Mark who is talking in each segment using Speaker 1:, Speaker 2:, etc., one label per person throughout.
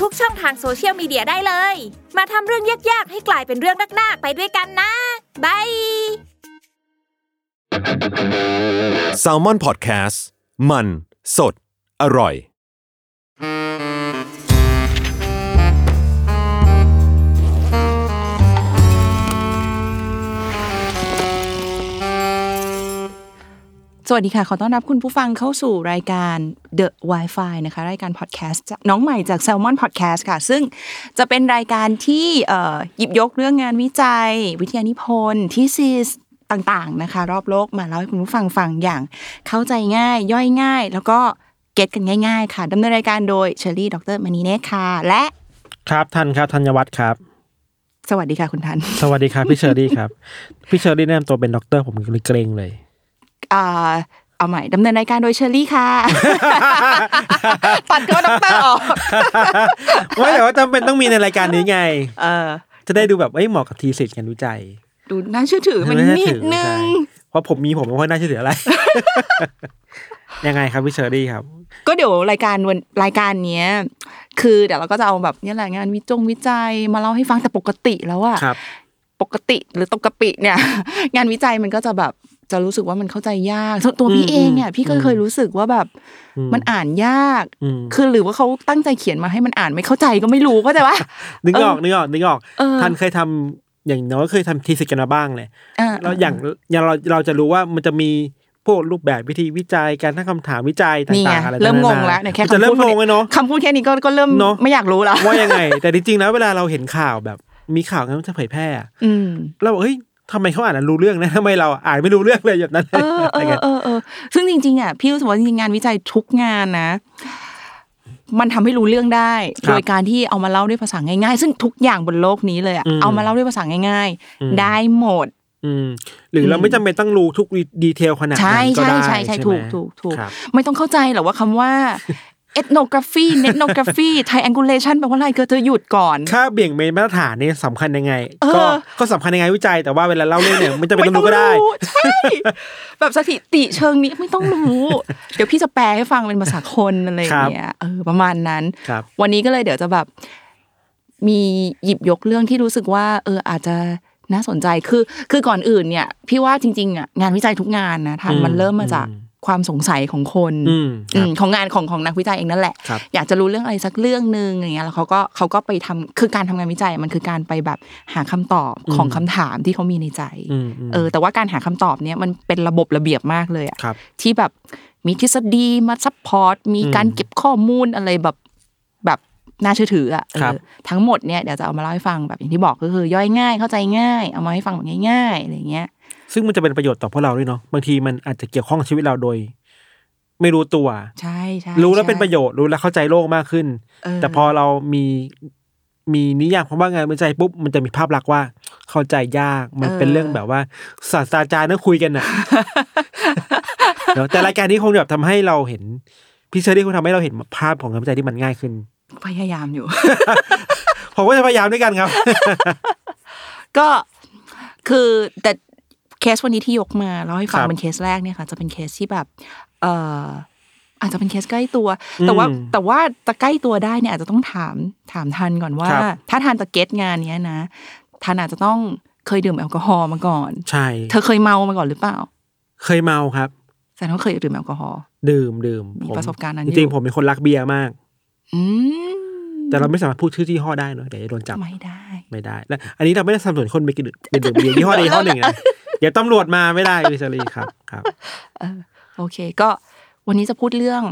Speaker 1: ทุกช่องทางโซเชียลมีเดียได้เลย มาทำเรื่องยากๆ ให้กลายเป็นเรื่องนักๆไปด้วยกันนะบาย
Speaker 2: s a l m o n PODCAST มัน สด อร่อย
Speaker 3: สวัสดีค่ะ ขอต้อนรับคุณผู้ฟังเข้าสู่รายการ The Wi-Fi นะคะ รายการพอดแคสต์จากน้องใหม่จาก Salmon Podcast ค่ะ ซึ่งจะเป็นรายการที่เอ่อหยิบยกเรื่องงานวิจัย วิทยานิพนธ์ที่ซีสต่างๆนะคะ รอบโลกมาเล่าให้คุณผู้ฟังฟังอย่างเข้าใจง่าย ย่อยง่าย แล้วก็เก็ตกันง่าย ๆ ค่ะดำเนินรายการโดยเชอรี่ดรมณีเนธค่ะ และ
Speaker 4: ครับทันครับธัญวัฒน์ครับ
Speaker 3: สวัสดีค่ะคุณทัน
Speaker 4: สวัสดีครับพี่เชอรี่ครับ พี่เชอรี่แนะนำตัวเป็นด็อกเตอร์ผมเลยเกรงเลย
Speaker 3: เอ่อเอาใหม่ดำเนินรายการโดยเชอรี่ค่ะ ตัดก็ดรออก
Speaker 4: ไม่แต่ว่าจำเป็นต้องมีในรายการนี้ไง
Speaker 3: เออ
Speaker 4: จะได้ดูแบบเอ้ยเหมาะกับทีสิทธิ์กันวิจัย
Speaker 3: ดูน่าเชื่อถือมัน
Speaker 4: ไม่า
Speaker 3: นิ
Speaker 4: เชื่
Speaker 3: ด
Speaker 4: อถือ
Speaker 3: นึ
Speaker 4: ใช่
Speaker 3: ง
Speaker 4: เพราะผมมีผมไม่ค่อยน่าเชื่อถืออะไร ยังไงครับพี่เชอรี่ครับ
Speaker 3: ก็เดี๋ยวรายการวันรายการเนี้ย คือเดี๋ยวเราก็จะเอาแบบเนี่ยแหละงานวิจงวิจัยมาเล่าให้ฟังแต่ปกติแล้วอะ
Speaker 4: ครับ
Speaker 3: ปกติหรือตกกะปิเนี่ย งานวิจัยมันก็จะแบบจะรู้สึกว่ามันเข้าใจยากส่วนตัว
Speaker 4: อืม
Speaker 3: พี่เองเนี่ยพี่ก็
Speaker 4: อืม
Speaker 3: เคยรู้สึกว่าแบบ
Speaker 4: อื
Speaker 3: มันอ่านยาก
Speaker 4: อืม
Speaker 3: คือหรือว่าเขาตั้งใจเขียนมาให้มันอ่านไม่เข้าใจก็ไม่รู้ก็แต่ว่า
Speaker 4: นึกออก
Speaker 3: เออ
Speaker 4: นึกออกนึกออก
Speaker 3: เออ
Speaker 4: ทันเคยทำอย่างน้อยก็เคยทำทีสิทธิ์กันมาบ้างเลย
Speaker 3: อ่ะ
Speaker 4: เราอย่างอย่างเราเราจะรู้ว่ามันจะมีพวกรูปแบบวิธีวิจัยการตั้งคำถามวิจัย
Speaker 3: นี่ไง
Speaker 4: ต่างๆอะไร
Speaker 3: เริ่มง
Speaker 4: ต่าง ๆ
Speaker 3: แล้วเนี่ยแค่
Speaker 4: มันจะเริ่มงงเลยเนาะ
Speaker 3: คำพูดแค่นี้ก็ก็เริ่ม
Speaker 4: เนอะ
Speaker 3: ไม่อยากรู้แล้ว
Speaker 4: ว่ายังไง แต่จริงๆแล้วเวลาเราเห็นข่าวแบบมีข่าวงั้นจะเผยแพร่อะ
Speaker 3: อืม
Speaker 4: เราบอกเฮ้ยทำไมเขาอ่านแล้วรู้เรื่องนะ ทำไมเราอ่านไม่รู้เรื่องเลยแบบนั้น
Speaker 3: เออ
Speaker 4: อะ
Speaker 3: เอ
Speaker 4: ไร
Speaker 3: อ
Speaker 4: เงี้ย
Speaker 3: เออเออซึ่งจริงๆอ่ะพี่รู้สึกว่าจริงๆงานวิจัยทุกงานนะ มันทำให้รู้เรื่องได้ โดยการที่เอามาเล่าด้วยภาษาง่ายๆ ซึ่งทุกอย่างบนโลกนี้เลยอ่ะเอามาเล่าด้วยภาษาง่ายๆ ได้หมด
Speaker 4: อืมหรือเราไม่จำเป็นต้องรู้ทุกดีเทลขนาด
Speaker 3: ใช่
Speaker 4: นั้นก็
Speaker 3: ใช่
Speaker 4: ได้
Speaker 3: ใช่ใช่
Speaker 4: ไหม
Speaker 3: ถูกถูกถูก
Speaker 4: ครับ
Speaker 3: ไม่ต้องเข้าใจหรอกว่าคำ ว่า ethnography ethnography triangulation แปลว่าอะไรเกิดเธอหยุดก่อน
Speaker 4: ค่าเบี่ยงเบนมาตรฐานเนี่ยสำคัญยังไง
Speaker 3: เออ
Speaker 4: ก็ก็สำคัญยังไงวิจัย แต่ว่าเวลาเล่าเรื่องเนี่ยไม่จำเป็นต้องรู้ก็ได้
Speaker 3: ใช่ แบบสถิติเชิงนี้ไม่ต้องรู้ เดี๋ยวพี่จะแปลให้ฟังเป็นภาษาคนอะไรอย่างเงี้ยเออประมาณนั้น
Speaker 4: ครับ
Speaker 3: วันนี้ก็เลยเดี๋ยวจะแบบมีหยิบยกเรื่องที่รู้สึกว่า เอออาจจะน่าสนใจคือ คือก่อนอื่นเนี่ย พี่ว่าจริงๆอ่ะงานวิจัยทุกงานนะท่าน
Speaker 4: อืม
Speaker 3: มันเริ่มมาจาก
Speaker 4: อืม
Speaker 3: ความสงสัยของคน
Speaker 4: อืมค
Speaker 3: อื
Speaker 4: รับ
Speaker 3: มของงานของของนักวิจัยเองนั่นแหละ
Speaker 4: ครับ
Speaker 3: อยากจะรู้เรื่องอะไรสักเรื่องหนึ่งอย่างเงี้ยแล้วเขาก็เขาก็ไปทำคือการทำงานวิจัยมันคือการไปแบบหาคำตอบของคำถามที่เขามีในใจ
Speaker 4: อืมอืม
Speaker 3: เออแต่ว่าการหาคำตอบเนี่ยมันเป็นระบบระเบียบมากเลยอะ
Speaker 4: ครับ
Speaker 3: ที่แบบมีทฤษฎีมาซัพพอร์ตมีการเก็บข้อมูลอะไรแบบแบบน่าเชื่อถืออะเออ
Speaker 4: ครับ
Speaker 3: ทั้งหมดเนี่ยเดี๋ยวจะเอามาเล่าให้ฟังแบบอย่างที่บอกก็คือย่อยง่ายเข้าใจง่าย เอามาให้ฟังแบบง่ายๆอะไรเงี้ย
Speaker 4: ซึ่งมันจะเป็นประโยชน์ต่อพวกเราด้วยเนาะบางทีมันอาจจะเกี่ยวข้องกับชีวิตเราโดย ไม่รู้ตัว
Speaker 3: ใช่ใช่
Speaker 4: รู้แล้ว
Speaker 3: ใ
Speaker 4: เป็นประโยชน์รู้แล้วเข้าใจโลกมากขึ้น
Speaker 3: เ
Speaker 4: แต่พอเรามีมีนิยามคำว่างานวิจัยปุ๊บมันจะมีภาพลักษณ์ว่าเข้าใจยากมันเป็น
Speaker 3: เออ
Speaker 4: เรื่องแบบว่าศาสตราจารย์นั่งคุยกันน่ะ เนอะแต่รายการนี้คงแบบทำให้เราเห็นพี่เชอรี่คงทำให้เราเห็นภาพของงานวิจัยที่มันง่ายขึ้น
Speaker 3: พยายามอยู่
Speaker 4: ผมก็จะพยายามด้วยกันครับ
Speaker 3: ก็คือแต่เคสวันนี้ที่ยกมาเล่าให้ฟัง
Speaker 4: ครับ
Speaker 3: เป็นเคสแรกเนี่ยค่ะ จะเป็นเคสที่แบบ เอ่ออาจจะเป็นเคสใกล้ตัว แต่ว่า
Speaker 4: อืม
Speaker 3: แต่ว่าจะใกล้ตัวได้เนี่ยอาจจะต้องถามถามทันก่อนว่า
Speaker 4: ครับ
Speaker 3: ถ้าทันจะเก็ตงานเนี้ยนะทันอาจจะต้องเคยดื่มแอลกอฮอล์มาก่อน
Speaker 4: ใช่
Speaker 3: เธอเคยเมามาก่อนหรือเปล่า
Speaker 4: เคยเมาครับ
Speaker 3: แสดงว่าเคยดื่มแอลกอฮอล์
Speaker 4: ดื่มดื่ม
Speaker 3: มี
Speaker 4: ผม
Speaker 3: ประสบการณ์นั้นอ
Speaker 4: จ
Speaker 3: ยู่
Speaker 4: ริงๆผมเป็นคนรักเบียร์มาก
Speaker 3: อืม
Speaker 4: แต่เราไม่สามารถพูดชื่อที่ห้อได้เนอะเดี๋ยวจะโดนจับ
Speaker 3: ไม่ได้
Speaker 4: ไม่ได้ และอันนี้เราไม่ได้สนับสนุนคนไปกินดื่มไปดื่มเบียร์ยี่ห้อใดยี่ห้อหนึ่งนะเดี๋ยวตำรวจมาไม่ได้พี่เชอรี่ครับครับ
Speaker 3: โอเค ก็วันนี้จะพูดเรื่อง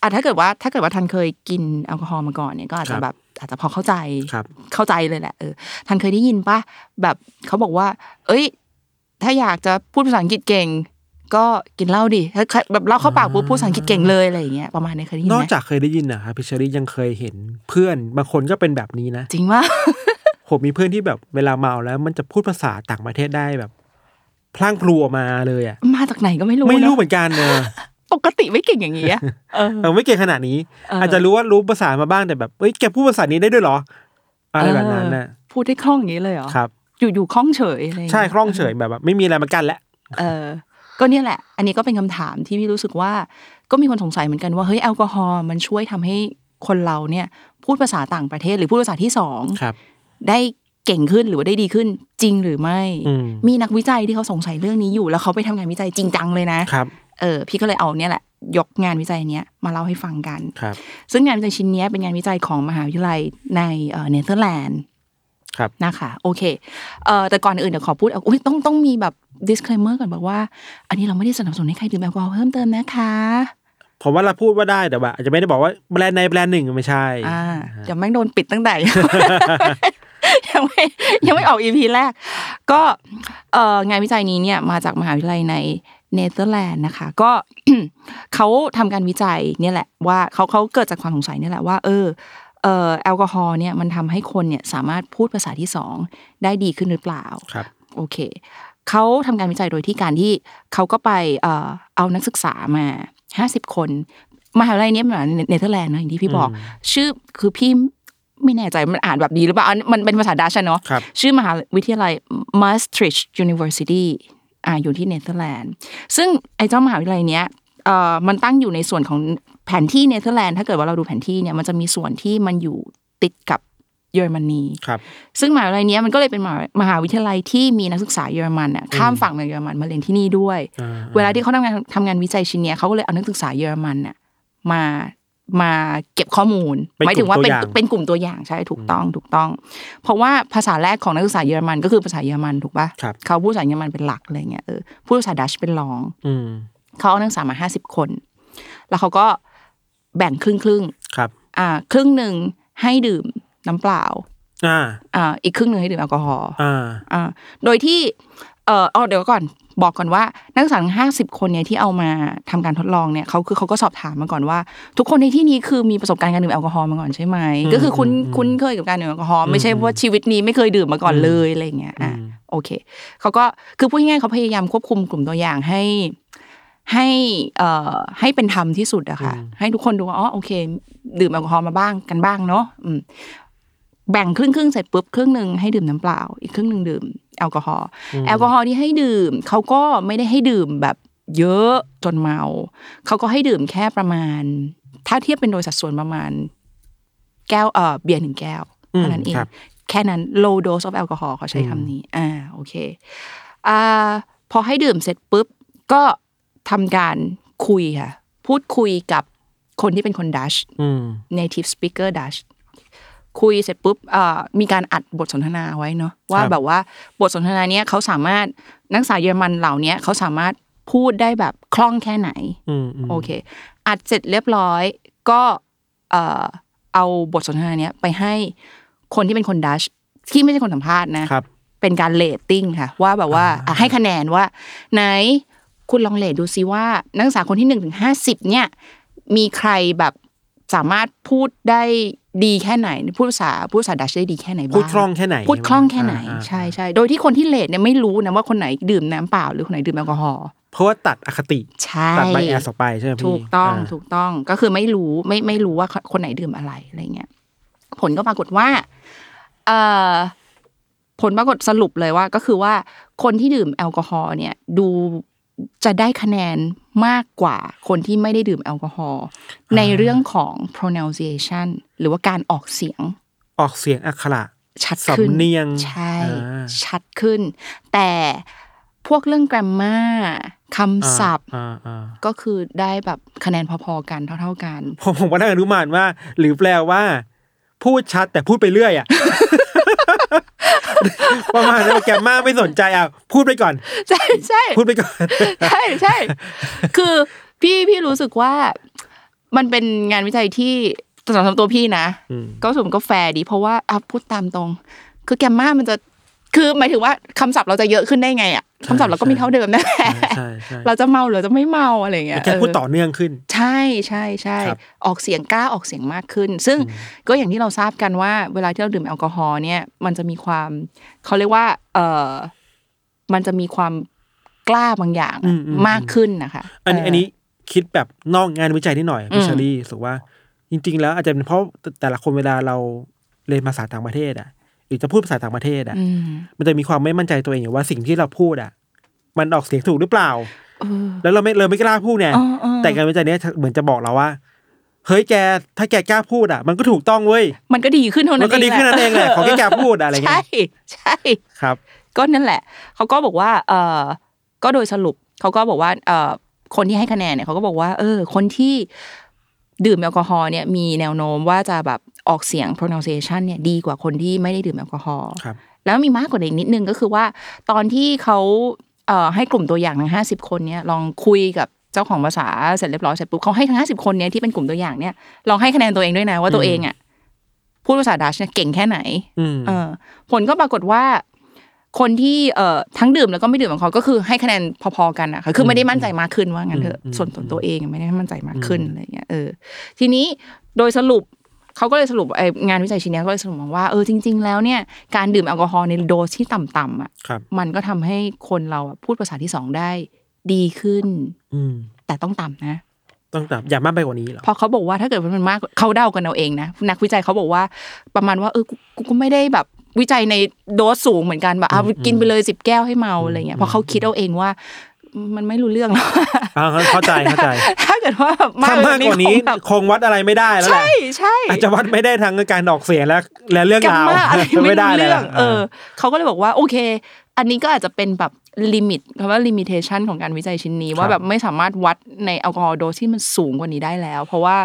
Speaker 3: อ่ะถ้าเกิดว่า ถ้าเกิดว่าทันเคยกินแอลกอฮอล์มาก่อนเนี่ยก็อาจ
Speaker 4: ค
Speaker 3: จะ
Speaker 4: รับ
Speaker 3: แบบอาจจะพอเข้าใจ
Speaker 4: ครับ
Speaker 3: เข้าใจเลยแหละเออทันเคยได้ยินปะแบบเขาบอกว่า เอ้ย ถ้าอยากจะพูดภาษาอังกฤษเก่ง ก็กินเหล้าดิถ้าแบบเหล้าเข้าปากปุ๊บพูดภาษาอังกฤษเก่งเลยอะไรอย่างเงี้ยประมาณนี้เคยได้ยิน
Speaker 4: น
Speaker 3: ไห
Speaker 4: อก
Speaker 3: ม
Speaker 4: จากเคยได้ยินนะครับพิชรี่ยังเคยเห็นเพื่อนบางคนก็เป็นแบบนี้นะ
Speaker 3: จริงว่า
Speaker 4: ผมมีเพื่อนที่แบบเวลาเมาแล้ว มันจะพูดภาษาต่างประเทศได้แบบพลั้งพลัวมาเลยอ่ะ
Speaker 3: มาจากไหนก็ไม่รู้
Speaker 4: ไม่รู้
Speaker 3: นะ
Speaker 4: เหมือนกันเน อะ
Speaker 3: ปกติไม่เก่งอย่างนี้อะเออ
Speaker 4: แต่ไม่ เก่งขนาดนี้
Speaker 3: เอออ
Speaker 4: อาจจะรู้ว่ารู้ภาษามาบ้างแต่แบบเอ้ยแกพูดภาษานี้ได้ด้วยเหรอ อะไรแบบนั้นนะ
Speaker 3: พูดได้คล่องอย่างนี้เลยเหรอ
Speaker 4: ครับ
Speaker 3: อยู่อยู่ๆคล่องเฉยอะไรอย่าง
Speaker 4: ใช่
Speaker 3: เงี้ย
Speaker 4: คล่องเฉยแบบว่าไม่มีอะไรมากันแล้ว
Speaker 3: เออ ก็เนี่ยแหละ อันนี้ก็เป็นคำถามที่พี่รู้สึกว่า ก็มีคนสงสัยเหมือนกันว่าเฮ้ยแอลกอฮอล์มันช่วยทำให้คนเราเนี่ย พูดภาษาต่างประเทศหรือพูดภาษาที่สอง
Speaker 4: ครับ
Speaker 3: ได้เก่งขึ้นหรือว่าได้ดีขึ้นจริงหรือไม่
Speaker 4: อืม
Speaker 3: มีนักวิจัยที่เขาสงสัยเรื่องนี้อยู่ แล้วเขาไปทำงานวิจัยจริงจังเลยนะ
Speaker 4: ครับ
Speaker 3: เออพี่ก็เลยเอาเนี่ยแหละ ยกงานวิจัยเนี้ยมาเล่าให้ฟังกัน
Speaker 4: ครับ
Speaker 3: ซึ่งงานวิจัยชิ้นเนี้ยเป็นงานวิจัยของมหาวิทยาลัยในเอ่อเนเธอร์แลนด์
Speaker 4: ครับ
Speaker 3: นะคะโอเคเอ่อแต่ก่อนอื่นเดี๋ยวขอพูดเอาอุยต้องต้องมีแบบ disclaimer ก่อนบอกว่า อันนี้เราไม่ได้สนับสนุนให้ใครดื่มแอลกอฮอล์เพิ่มเติมนะคะ
Speaker 4: ผมว่าเราพูดว่าได้แต่ว่าอาจจะไม่ได้บอกว่าแบรนด์ในแบรนด์หนึ่งไม่ใช่
Speaker 3: อ่าเดี๋ยวแม่งโดนปิดตั้งแต่ ยังไม่ยังไม่ออกอีพีแรก ก็เอ่องานวิจัยนี้เนี่ยมาจากมหาวิทยาลัยในเนเธอร์แลนด์นะคะ ก็ เขาทำการวิจัยเนี่ยแหละว่าเขาเขาเกิดจากความสงสัยเนี่ยแหละว่า เออเอ่อแอลกอฮอล์เนี่ยมันทำให้คนเนี่ยสามารถพูดภาษาที่สองได้ดีขึ้นหรือเปล่า
Speaker 4: ครับ
Speaker 3: โอเคเขาทำการวิจัยโดยที่การที่เขาก็ไปเอ่อเอานักศึกษามา 50 คน มหาวิทยาลัยเนี้เป็นมหาวิทยาลัยเนเธอร์แลนด์เนอะอย่างที่พี่บอก ชื่อคือพี่ไม่แน่ใจมันอ่านแบบดีหรือเปล่าอันมันเป็นภาษาดัชอะเนาะ
Speaker 4: ครับ
Speaker 3: ชื่อมหาวิทยาลัย Maastricht University อ่าอยู่ที่เนเธอร์แลนด์ ซึ่งไอ้เจ้ามหาวิทยาลัยเนี้ยเอ่อมันตั้งอยู่ในส่วนของแผนที่เนเธอร์แลนด์ ถ้าเกิดว่าเราดูแผนที่เนี่ย มันจะมีส่วนที่มันอยู่ติดกับเยอรมนี
Speaker 4: ครับ
Speaker 3: ซึ่งมหาวิทยาลัยเนี้ยมันก็เลยเป็นมหามหาวิทยาลัยที่มีนักศึกษาเยอรมันอ่ะข้ามฝั่งมาเยอรมันมาเรียนที่นี่ด้วย
Speaker 4: อ่า
Speaker 3: เวลาที่เขาทำงานทำงานวิจัยชิ้นเนี้ยเขาก็เลยเอานักศึกษาเยอรมันน่ะมามาเก็บข้อมูล
Speaker 4: เป็น
Speaker 3: หมายถึงว่าเป็น
Speaker 4: กลุ่มตัวอ
Speaker 3: เป็นกลุ่มตัวอ
Speaker 4: ย่าง
Speaker 3: ย่างใช่ถูกต้องถูกต้อง เพราะว่าภาษาแรกของนักศึกษาเยอรมันก็คือภาษาเยอรมันถูกปะ
Speaker 4: ครับ
Speaker 3: เขาพูดภาษาเยอรมันเป็นหลักอะไรเงี้ยเออพูดภาษาดัชเป็นรอง
Speaker 4: อืม
Speaker 3: เขาเอานักศึกษามาห้าสิบคน แล้วเขาก็แบ่งครึ่งครึ่ง
Speaker 4: ครับ
Speaker 3: ๆอ่าครึ่งหนึ่งให้ดื่มน้ำเปล่า
Speaker 4: อ่า
Speaker 3: อ่าอีกครึ่งหนึ่งให้ดื่มแอลกอฮอล์
Speaker 4: อ่า
Speaker 3: อ่าโดยที่เออเอาเดี๋ยวก่อนบอกก่อนว่านักศึกษาทั้งห้าสิบคนเนี่ยที่เอามาทำการทดลองเนี่ยเขาคือเขาก็สอบถามมาก่อนว่า ทุกคนในที่นี้คือมีประสบการณ์การดื่มแอลกอฮอล์มาก่อนใช่ไหม
Speaker 4: อืม
Speaker 3: ก็คือคุ้น
Speaker 4: อืม
Speaker 3: คุ้นเคยกับการดื่มแอลกอฮอล์
Speaker 4: อืม
Speaker 3: ไม่ใช่ว่าชีวิตนี้ไม่เคยดื่มมาก่อนเลยอะไรอย่างเงี้ยอ่ะ
Speaker 4: อืม
Speaker 3: โอเคเขาก็คือพูดง่ายๆเขาพยายามควบคุมกลุ่มตัวอย่างให้ให้เอ่อให้เป็นธรรมที่สุดอะค่ะให้ทุกคนดูว่าอ๋อโอเค ดื่มแอลกอฮอล์มาบ้างกันบ้างเนาะอืม แบ่งครึ่งครึ่งๆเสร็จปุ๊บครึ่งหนึ่งให้ดื่มน้ำเปล่า อีกครึ่งหนึ่งดื่มแอลกอฮอล์แอลกอฮอล์ที่ให้ดื่มเขาก็ไม่ได้ให้ดื่มแบบเยอะจนเมาเขาก็ให้ดื่มแค่ประมาณ ถ้าเทียบเป็นโดยสัดส่วนประมาณ แก้วเอ่อเบียร์หนึ่งแก้ว
Speaker 4: อืม
Speaker 3: เท่านั้นเอง
Speaker 4: ครับ
Speaker 3: แค่นั้น low dose of alcohol เขาใช้คำนี้ อ่าโอเคอ่าพอให้ดื่มเสร็จปุ๊บ ก็ทำการคุยค่ะ พูดคุยกับคนที่เป็นคนดัช
Speaker 4: อืม
Speaker 3: native speaker Dutch คุยเสร็จปุ๊บเอ่อมีการอัดบทสนทนาไว้เนาะว่า
Speaker 4: ครับ
Speaker 3: แบบว่าบทสนทนาเนี้ยเขาสามารถนักศึกษาเยอรมันเหล่าเนี้ยเขาสามารถพูดได้แบบคล่องแค่ไหน
Speaker 4: อืมอืม
Speaker 3: โอเค อัดเสร็จเรียบร้อยก็เอ่อเอาบทสนทนาเนี้ยไปให้คนที่เป็นคนดัชที่ไม่ใช่คนสัมภาษณ์นะ
Speaker 4: ครับ
Speaker 3: เป็นการเลตติ้งค่ะ ว่าแบบว่าอ่ะให้คะแนนว่า ไหนคุณลองเลตดูซิว่า นักศึกษาคนที่หนึ่งถึงห้าสิบเนี่ย มีใครแบบสามารถพูดได้ดีแค่ไหน พูดภาษาพูดภาษาดัชได้ดีแค่ไหนบ้าง
Speaker 4: พูดคล่องแค่ไหน
Speaker 3: พูดคล่องแค่ไหน
Speaker 4: อ่าอ่า
Speaker 3: ใช่ใช่โดยที่คนที่เลตเนี่ยไม่รู้นะว่าคนไหนดื่มน้ำเปล่าหรือคนไหนดื่มแอลกอฮอล์
Speaker 4: เพราะว่าตัดอคติ
Speaker 3: ใช่
Speaker 4: ตัดใบแอสออกไปใช่ไหมพี่
Speaker 3: ถูกต้อง
Speaker 4: า
Speaker 3: ถูกต้องก็คือไม่รู้ไม่ไม่รู้ว่าคนไหนดื่มอะไรอะไรเงี้ยผลก็ปรากฏว่าเอ่อ ผลปรากฏสรุปเลยว่าก็คือว่าคนที่ดื่มแอลกอฮอล์เนี่ยดูจะได้คะแนนมากกว่าคนที่ไม่ได้ดื่มแอลกอฮอล์ในเรื่องของ pronunciation หรือว่าการออกเสียง
Speaker 4: ออกเสียงอักขระ
Speaker 3: ชัดขึ้น
Speaker 4: สำเนียง
Speaker 3: ใช่
Speaker 4: อ่า
Speaker 3: ชัดขึ้น แต่พวกเรื่อง grammar คำศัพท์
Speaker 4: อ่าอ่า
Speaker 3: ก็คือได้แบบคะแนนพอๆกันเท่าๆกัน
Speaker 4: ผมผมก็ได้อนุมานว่า หรือแปลว่า พูดชัดแต่พูดไปเรื่อย อ่ะ ประมาณนั้นแกมมาไม่สนใจอ่ะพูดไปก่อน
Speaker 3: ใช่ใช่
Speaker 4: พูดไปก่อน
Speaker 3: ใช่ใช่ คือพี่พี่รู้สึกว่ามันเป็นงานวิจัยที่สำหรับตัวพี่นะ
Speaker 4: อืม
Speaker 3: ก็รู้สมก็แฟร์ดี เพราะว่าอ่ะพูดตามตรง คือแกมมามันจะ คือหมายถึงว่าคำศัพท์เราจะเยอะขึ้นได้ไงอ่ะคำศัพท์เราก็มีเท่าเดิมนั่นแหละ
Speaker 4: ใช่ใช่
Speaker 3: เราจะเมาหรือจะไม่เมาอะไรอย่างเงี้ย
Speaker 4: มันแค่พูดต่อเนื่องขึ้น
Speaker 3: ใช่ใช่ใช่
Speaker 4: ครับ
Speaker 3: ออกเสียงกล้าออกเสียงมากขึ้น ซึ่งก็อย่างที่เราทราบกันว่า เวลาที่เราดื่มแอลกอฮอล์เนี่ยมันจะมีความเขาเรียกว่าเออมันจะมีความกล้าบางอย่าง
Speaker 4: อืมอืม
Speaker 3: มากขึ้นนะคะ
Speaker 4: อันนี้
Speaker 3: เ
Speaker 4: อันนี้คิดแบบนอกงานวิจัยนิดหน่อย
Speaker 3: อืม
Speaker 4: พิชารีรู้สุว่า จริง ๆ แล้วอาจจะเป็นเพราะแต่ละคนเวลาเราเรียนภาษาต่างประเทศอ่ะหรือจะพูดภาษาต่างประเทศอ่ะ
Speaker 3: อืม
Speaker 4: มันจะมีความไม่มั่นใจตัวเองอยู่ว่าสิ่งที่เราพูดอ่ะ มันออกเสียงถูกหรือเปล่า
Speaker 3: เออ
Speaker 4: แล้วเราไม่เราไม่กล้าพูดเนี่ย
Speaker 3: อ๋ออ๋อ
Speaker 4: แต่งานวิจัยเนี้ยเหมือนจะบอกเราว่า เฮ้ยแกถ้าแกกล้าพูดอ่ะ มันก็ถูกต้องเว้ย
Speaker 3: มันก็ดีขึ้นเท่านั้
Speaker 4: มัน
Speaker 3: น
Speaker 4: ก็ดีขึ้นนั่นเองแห ละขอแค่แกพูดอะอะไร
Speaker 3: ใช่
Speaker 4: เงี้ย
Speaker 3: ใช่
Speaker 4: ครับ
Speaker 3: ก็นั่นแหละเขาก็บอกว่าเออก็โดยสรุปเขาก็บอกว่าเออคนที่ให้คะแนนเนี่ยเขาก็บอกว่า เออ คนที่ ดื่มแอลกอฮอล์เนี่ยมีแนวโน้มว่าจะแบบออกเสียง pronunciation เนี่ยดีกว่าคนที่ไม่ได้ดื่มแอลกอฮอล์
Speaker 4: ครับ
Speaker 3: แล้วมีมากกว่านี้นิดนึงก็คือว่า ตอนที่เขาเอ่อให้กลุ่มตัวอย่างทั้ง50 คนเนี่ยลองคุยกับเจ้าของภาษาเสร็จเรียบร้อยเสร็จปุ๊บเขาให้ทั้ง50 คนเนี่ยที่เป็นกลุ่มตัวอย่างเนี่ยลองให้คะแนนตัวเองด้วยนะว่าตัวเองอ่ะพูดภาษาดัชเนี่ยเก่งแค่ไหน
Speaker 4: อืม
Speaker 3: เออผลก็ปรากฏว่า คนที่เอ่อทั้งดื่มแล้วก็ไม่ดื่มของเขาก็คือให้คะแนนพอๆกันอะค่ะคือไม่ได้มั่นใจมากขึ้นว่างั้นเถอะส่วนตัวเองไม่ได้มั่นใจมากขึ้นอะไรเงี้ยเออทีนี้โดยสรุปเขาก็เลยสรุปไองานวิจัยชิ้นเนี้ยก็เลยสรุปมาว่าเออจริง ๆ แล้วเนี่ยการดื่มแอลกอฮอล์ในโดสที่ต่ำๆอ่ะ
Speaker 4: ครับ
Speaker 3: มันก็ทำให้คนเราอะพูดภาษาที่สองได้ดีขึ้น
Speaker 4: อืม
Speaker 3: แต่ต้องต่ำนะ
Speaker 4: ต้องแบบอย่ามากไปกว่านี้หรอ
Speaker 3: เพราะเขาบอกว่าถ้าเกิดว่ามันมากเขาเดากันเอาเองนะนักวิจัยเขาบอกว่าประมาณว่าเออกูกูก็ไม่ได้แบบวิจัยในโดสสูงเหมือนกันแบบเอากินไปเลยสิบแก้วให้เมาอะไรเงี้ยเพราะเขาคิดเอาเองว่า มันไม่รู้เรื่องหรอก
Speaker 4: อ่าเข้าใจเข้าใจ
Speaker 3: ถ้าเกิดว่าแบบ
Speaker 4: ถ้ามากกว่านี้
Speaker 3: คงแบบ
Speaker 4: คงวัดอะไรไม่ได้แล้วแหละ
Speaker 3: ใช่ใช่
Speaker 4: อาจจะวัดไม่ได้ทั้งการออกเสียงและและเรื่อง
Speaker 3: กลับ
Speaker 4: ราว
Speaker 3: มาอะไรไม่
Speaker 4: ด้
Speaker 3: รู้
Speaker 4: ลย
Speaker 3: เรื่อง
Speaker 4: ล่ะ
Speaker 3: เออเขาก็เลยบอกว่าโอเค อันนี้ก็อาจจะเป็นแบบลิมิตคำว่าลิมิเ t ชันของการวิจัยชิ้นนี้ว่าแบบไม่สามารถวัดในแอลกอฮอล์โดสที่มันสูงกว่านี้ได้แล้ว เพราะว่า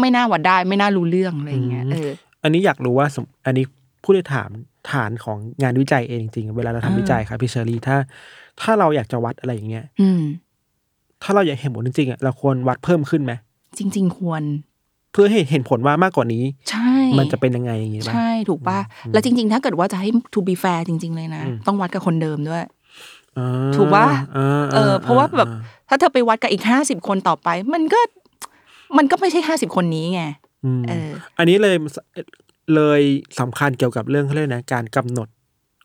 Speaker 3: ไม่น่าวัดได้ไม่น่ารู้เรื่องอะไรเงี้ยเออ
Speaker 4: อันนี้อยากรู้ว่าสมอันนี้ผู้ได้ถามฐานของงานวิจัยเองจริงๆ เวลาเราทำ
Speaker 3: อ่า
Speaker 4: วิจัยครับพี่เชอรี่ถ้า ถ้าเราอยากจะวัดอะไรอย่างเงี้ย
Speaker 3: อืม
Speaker 4: ถ้าเราอยากเห็นผลจริงๆอ่ะเราควรวัดเพิ่มขึ้นไหม
Speaker 3: จริง ๆ ควร
Speaker 4: เพื่อให้เห็นผลว่ามากกว่านี้
Speaker 3: ใช่
Speaker 4: มันจะเป็นยังไงอย่างเงี้ย
Speaker 3: ใช่ถูกป่ะ แล้วจริง ๆ ถ้าเกิดว่าจะให้ to be fair จริง ๆ เลยนะ
Speaker 4: อืม
Speaker 3: ต้องวัดกับคนเดิมด้วย ถูกปะ เออ เพราะว่าแบบถ้าเธอไปวัดกับอีกห้าสิบคนต่อไป มันก็ มันก็ไม่ใช่ห้าสิบคนนี้ไง เออ
Speaker 4: อันนี้เลยเลยสำคัญเกี่ยวกับเรื่องเขาเรียกนะการกำหนด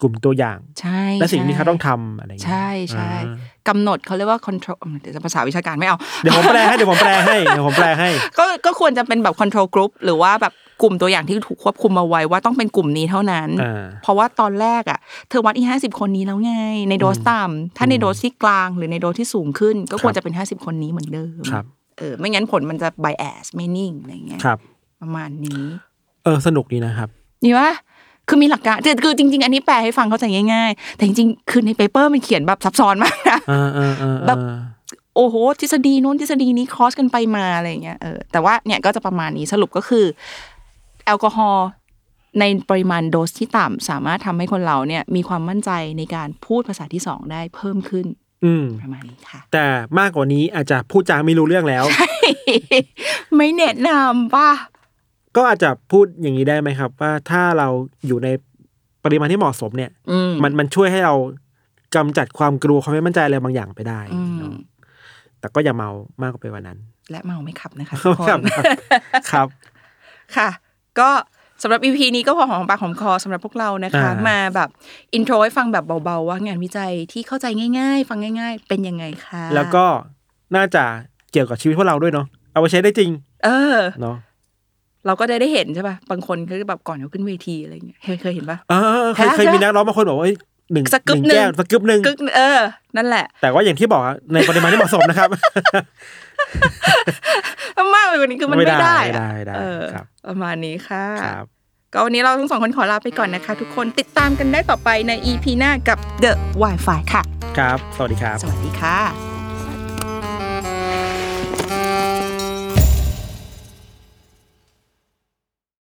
Speaker 4: กลุ่มตัวอย่าง
Speaker 3: ใช่
Speaker 4: และสิ่งที่เขาต้อง
Speaker 3: ใช่
Speaker 4: ทำอะไรอย่างเงี้ย
Speaker 3: ใช่ใช่
Speaker 4: อ่าก
Speaker 3: ำหนดเขาเรียกว่า control เดี๋ยวจะภาษาวิชาการไม่เอา
Speaker 4: เดี๋ยวผมแปลให้ เดี๋ยวผมแปลให้ เดี๋ยวผมแปลให้
Speaker 3: ก็ก็ควรจะเป็นแบบ control group หรือว่าแบบกลุ่มตัวอย่างที่ถูกควบคุมเอาไว้ว่าต้องเป็นกลุ่มนี้เท่านั้น
Speaker 4: อ่า
Speaker 3: เพราะว่าตอนแรกอ่ะเธอวัดอีห้าสิบคนนี้แล้วไง ในโดสต่ำถ้าในโดสที่กลางหรือในโดสที่สูงขึ้น ก็ควรจะเป็นห้าสิบคนนี้เหมือนเดิม
Speaker 4: ครับ
Speaker 3: เออไม่งั้นผลมันจะ bias ไม่นิ่งอะไรเงี้ย
Speaker 4: ครับ
Speaker 3: ประมาณนี้
Speaker 4: เออ สนุกดีนะครับ
Speaker 3: นี่ว่าคือมีหลักการคือคือจริง ๆ อันนี้แปลให้ฟังเข้าใจง่ายๆ แต่จริงๆคือในเปเปอร์มันเขียนแบบซับซ้อนมากนะ
Speaker 4: อ่าอ่าอ่า
Speaker 3: แบบ โอ้โหทฤษฎีนู้นทฤษฎีนี้ครอสกันไปมาอะไรอย่างเงี้ยเออแต่ว่าเนี่ยก็จะประมาณนี้สรุปก็คือ แอลกอฮอล์ในปริมาณโดสที่ต่ำสามารถทำให้คนเราเนี่ยมีความมั่นใจในการพูดภาษาที่สองได้เพิ่มขึ้น
Speaker 4: อืม
Speaker 3: ประมาณนี้ค่ะ
Speaker 4: แต่มากกว่านี้อาจจะพูดจาไม่รู้เรื่องแล้ว
Speaker 3: ไม่แนะนำป่ะ
Speaker 4: ก็อาจจะพูดอย่างนี้ได้ไหมครับ ว่าถ้าเราอยู่ในปริมาณที่เหมาะสมเนี่ย
Speaker 3: อืม
Speaker 4: มันมันช่วยให้เรากำจัดความกลัวความไม่มั่นใจอะไรบางอย่างไปได้
Speaker 3: อืม
Speaker 4: เนอะแต่ก็อย่าเมามากกว่าไปกว่านั้น
Speaker 3: และเมาไม่ขับนะคะ
Speaker 4: ค
Speaker 3: ทุกคน
Speaker 4: รับ ครับ
Speaker 3: ค่ะ ก็สำหรับ EP นี้ก็พอหอมปากหอมคอสำหรับพวกเรานะคะ
Speaker 4: อ่าม
Speaker 3: มาแบบอินโทรให้ฟังแบบเบาๆว่างานวิจัยที่เข้าใจง่าย ๆ ฟังง่าย ๆ เป็นยังไงคะ
Speaker 4: แล้วก็น่าจะเกี่ยวกับชีวิตพวกเราด้วยเนาะ เอาไปใช้ได้จริง
Speaker 3: เออ
Speaker 4: เนาะ
Speaker 3: เราก็ได้ได้เห็นใช่ป่ะ บางคนคือแบบก่อนเขาขึ้นเวทีอะไรเงี้ยเคยเคยเห็นป่ะ
Speaker 4: เออเคย
Speaker 3: ฮะ
Speaker 4: เคยมีนักร้องบางคนบอกว่าเอ้ยหนึ่ง
Speaker 3: สกึ๊บ
Speaker 4: หนึ่งแก้ว
Speaker 3: หนึ่ง
Speaker 4: สกึบหนึ่ง
Speaker 3: กึกเออ นั่นแหละ
Speaker 4: แต่ว่าอย่างที่บอกอะในปริมาณที่เหมาะสมนะครับ
Speaker 3: มากไปกว่านี้คือมัน
Speaker 4: ไม่
Speaker 3: ไม่
Speaker 4: ได้
Speaker 3: ได้
Speaker 4: ไม่ได้
Speaker 3: อะ
Speaker 4: ไม่ได้
Speaker 3: เออ
Speaker 4: ครับ
Speaker 3: ประมาณนี้ค่ะ
Speaker 4: ครับ
Speaker 3: ก็วันนี้เราทั้งสองคนขอลาไปก่อนนะคะ ทุกคนติดตามกันได้ต่อไปใน EP หน้ากับ The Wi-Fi ค่ะ
Speaker 4: ครับ สวัสดีครับ
Speaker 3: สวัสดีค่ะ